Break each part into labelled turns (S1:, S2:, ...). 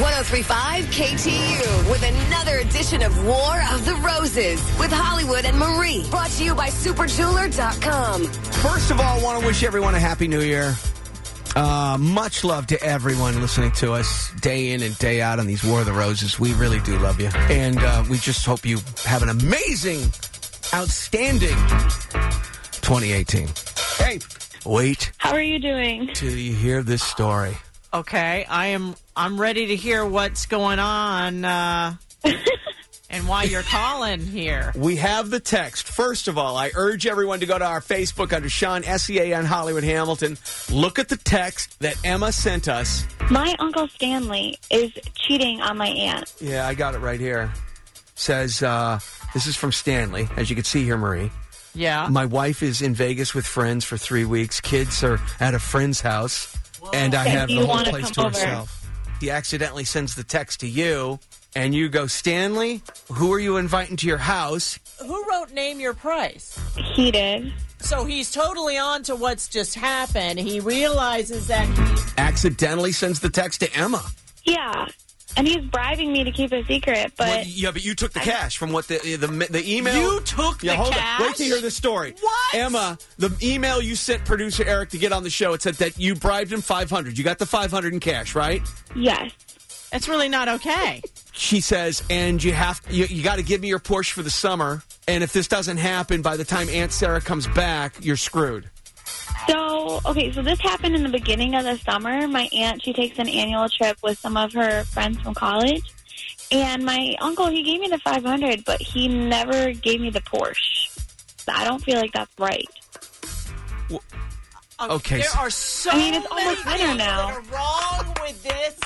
S1: 1035 KTU with another edition of War of the Roses with Hollywood and Marie. Brought to you by superjeweler.com.
S2: First of all, I want to wish everyone a happy new year. Uh, much love to everyone listening to us day in and day out on these War of the Roses. We really do love you. And uh, we just hope you have an amazing, outstanding 2018. Hey, wait
S3: How are you doing?
S2: till you hear this story.
S4: Okay, I am. I'm ready to hear what's going on uh, and why you're calling here.
S2: We have the text. First of all, I urge everyone to go to our Facebook under Sean SEA on Hollywood Hamilton. Look at the text that Emma sent us.
S3: My uncle Stanley is cheating on my aunt.
S2: Yeah, I got it right here. Says, uh, this is from Stanley, as you can see here, Marie.
S4: Yeah.
S2: My wife is in Vegas with friends for three weeks. Kids are at a friend's house, and I
S3: Okay,
S2: have
S3: do
S2: the
S3: you
S2: whole
S3: wanna
S2: place
S3: come
S2: to
S3: over?
S2: myself. He accidentally sends the text to you, and you go, Stanley, who are you inviting to your house?
S4: Who wrote "Name Your Price"?
S3: He did.
S4: So he's totally on to what's just happened. He realizes that he's
S2: Accidentally sends the text to Emma.
S3: Yeah. And he's bribing me to keep a secret, but
S2: Well, yeah, but you took the cash from what the the, the email.
S4: You took
S2: yeah,
S4: the
S2: hold
S4: cash?
S2: On. Wait to hear this story.
S4: What?
S2: Emma? The email you sent producer Eric to get on the show. It said that you bribed him five hundred. You got the five hundred in cash, right?
S3: yes.
S4: that's really not okay.
S2: She says, and you have you, you got to give me your Porsche for the summer. And if this doesn't happen by the time Aunt Sarah comes back, you're screwed.
S3: So, okay, so this happened in the beginning of the summer. My aunt, she takes an annual trip with some of her friends from college. And my uncle, he gave me the 500, but he never gave me the Porsche. So I don't feel like that's right.
S2: Okay,
S4: There
S2: so-
S4: are so
S3: I mean, it's
S4: many
S3: almost winter
S4: things
S3: now.
S4: that are wrong with this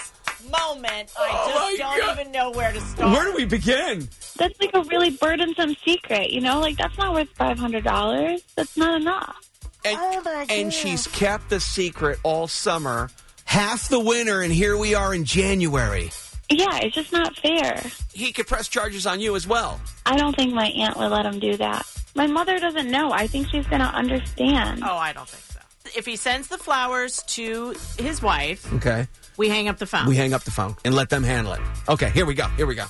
S4: moment. I
S2: Oh my
S4: just don't
S2: God.
S4: even know where to start.
S2: Where do we begin?
S3: That's like a really burdensome secret, you know? Like, that's not worth $500. That's not enough.
S2: And,
S4: Oh,
S2: and she's kept the secret all summer, half the winter, and here we are in January.
S3: Yeah, it's just not fair.
S2: He could press charges on you as well.
S3: I don't think my aunt would let him do that. My mother doesn't know. I think she's going to understand.
S4: Oh, I don't think so. If he sends the flowers to his wife,
S2: Okay.
S4: we hang up the phone.
S2: We hang up the phone and let them handle it. Okay, here we go. Here we go.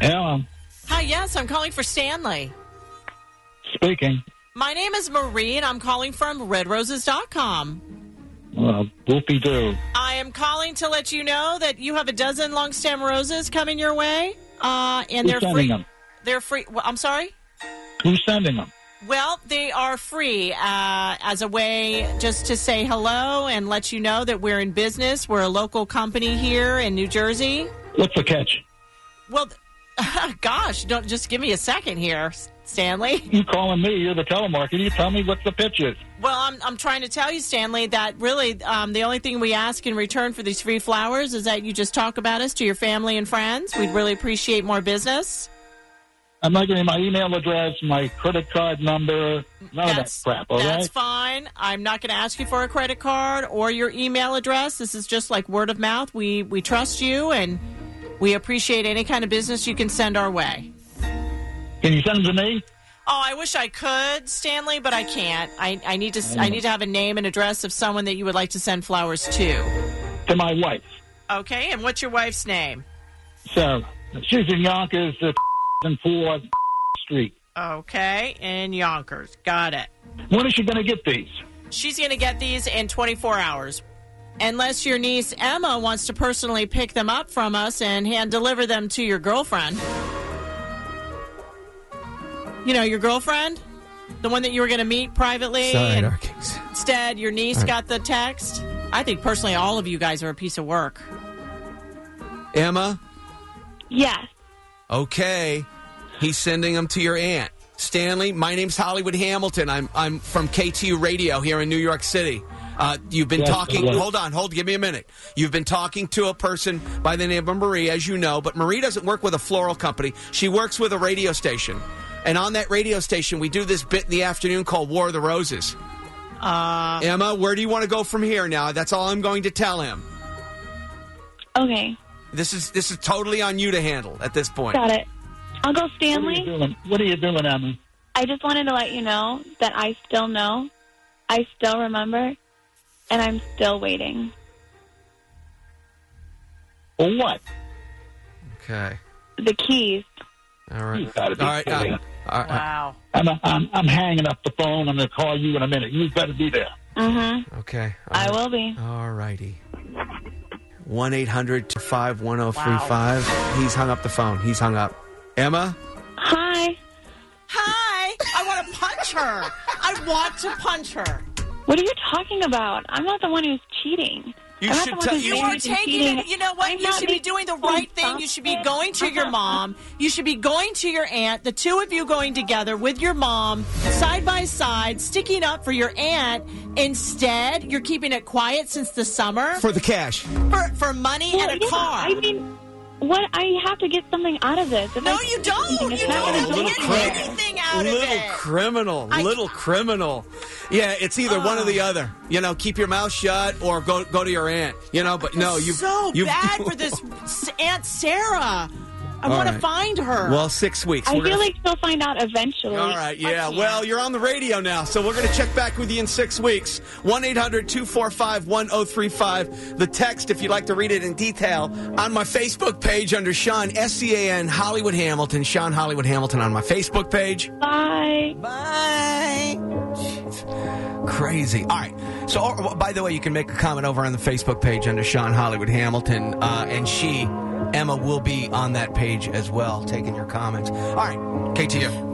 S5: Hello,
S4: Hi, yes, I'm calling for Stanley.
S5: speaking.
S4: My name is Marie, and I'm calling from redroses.com.
S5: Well, whoopee doo.
S4: I am calling to let you know that you have a dozen long stem roses coming your way, uh, and
S5: Who's
S4: they're
S5: sending
S4: free.
S5: them?
S4: They're free. Well, I'm sorry.
S5: Who's sending them?
S4: Well, they are free uh, as a way just to say hello and let you know that we're in business. We're a local company here in New Jersey.
S5: What's the catch?
S4: Well, th- gosh, don't just give me a second here, Stanley.
S5: You calling me? You're the telemarketer. You tell me what the pitch is.
S4: Well, I'm, I'm trying to tell you, Stanley, that really um, the only thing we ask in return for these free flowers is that you just talk about us to your family and friends. We'd really appreciate more business.
S5: I'm not giving my email address, my credit card number, none of that crap. All
S4: that's
S5: right.
S4: fine. I'm not going to ask you for a credit card or your email address. This is just like word of mouth. We we trust you and we appreciate any kind of business you can send our way.
S5: Can you send them to me?
S4: Oh, I wish I could, Stanley, but I can't. I, I need to s-
S5: Mm.
S4: I need to have a name and address of someone that you would like to send flowers to.
S5: To my wife,
S4: Okay, and what's your wife's name?
S5: Sarah. She's in Yonkers, uh, and Ford Street.
S4: Okay, in Yonkers. Got it.
S5: When is she going to get these?
S4: She's going to get these in 24 hours. Unless your niece Emma wants to personally pick them up from us and hand deliver them to your girlfriend. You know, your girlfriend? The one that you were going to meet privately? and instead, your niece got the text? I think personally, all of you guys are a piece of work.
S2: Emma,
S3: Yes.
S2: okay. He's sending them to your aunt. Stanley, my name's Hollywood Hamilton. I'm I'm from KTU Radio here in New York City. Uh, you've been
S5: Yes,
S2: talking.
S5: yes.
S2: Hold on, hold. Give me a minute. You've been talking to a person by the name of Marie, as you know, but Marie doesn't work with a floral company. She works with a radio station, and on that radio station, we do this bit in the afternoon called War of the Roses. Uh, Emma, where do you want to go from here? Now, that's all I'm going to tell him.
S3: Okay.
S2: This is this is totally on you to handle at this point.
S3: Got it. Uncle
S5: What are you
S3: Stanley,
S5: doing? What are you doing, Emma?
S3: I just wanted to let you know that I still know, I still remember, and I'm still waiting.
S5: For what?
S2: Okay.
S3: The keys.
S2: All right.
S5: You gotta be
S2: All right.
S5: kidding.
S2: uh, all right,
S4: Wow.
S5: I'm, I'm, I'm hanging up the phone. I'm going to call you in a minute. You better be there.
S3: Mm-hmm.
S2: uh, okay. All
S3: I
S2: right.
S3: will be.
S2: All righty. 1 800 51035. He's hung up the phone. He's hung up. Emma?
S3: Hi.
S4: Hi. I want to punch her. I want to punch her.
S3: What are you talking about? I'm not the one who's cheating.
S2: You
S3: I'm not
S2: should
S3: the one
S2: tell-
S3: who's
S2: you
S4: You
S3: married
S4: are
S3: and
S4: taking
S3: cheating.
S4: it. You know what?
S3: I'm
S4: you
S3: not
S4: should be
S3: making-
S4: doing the right thing.
S3: Stop
S4: You should be
S3: it.
S4: going to your
S3: Uh-uh.
S4: mom. You should be going to your aunt. The two of you going together with your mom, side by side, sticking up for your aunt. Instead, you're keeping it quiet since the summer
S2: For the cash.
S4: for, for money
S3: Well,
S4: and a
S3: yeah,
S4: car.
S3: I mean, what? I have to get something out of this. If
S4: no,
S3: I-
S4: you don't.
S3: It's
S4: You
S3: not
S4: don't
S3: gonna
S4: have to
S3: go
S4: get
S3: anywhere.
S4: anything out of
S2: little
S4: it.
S2: criminal.
S4: I-
S2: little criminal. Yeah, it's either one or the other. You know, keep your mouth shut or go go to your aunt. You know, but no, you.
S4: so
S2: you,
S4: bad for this s- Aunt Sarah. I want to
S2: right.
S4: find her.
S2: Well, six weeks.
S3: I
S2: We're
S3: feel
S2: gonna-
S3: like she'll find out eventually.
S2: All right, yeah.
S4: can't.
S2: Well, you're on the radio now, so we're going to check back with you in six weeks. 1 800 245 1035. The text, if you'd like to read it in detail, on my Facebook page under Sean, S C A N Hollywood Hamilton, Sean Hollywood Hamilton on my Facebook page.
S3: Bye.
S2: Bye. Jeez, Crazy. All right. So, oh, by the way, you can make a comment over on the Facebook page under Sean Hollywood Hamilton, uh, and she, Emma, will be on that page as well, taking your comments. All right. KTU.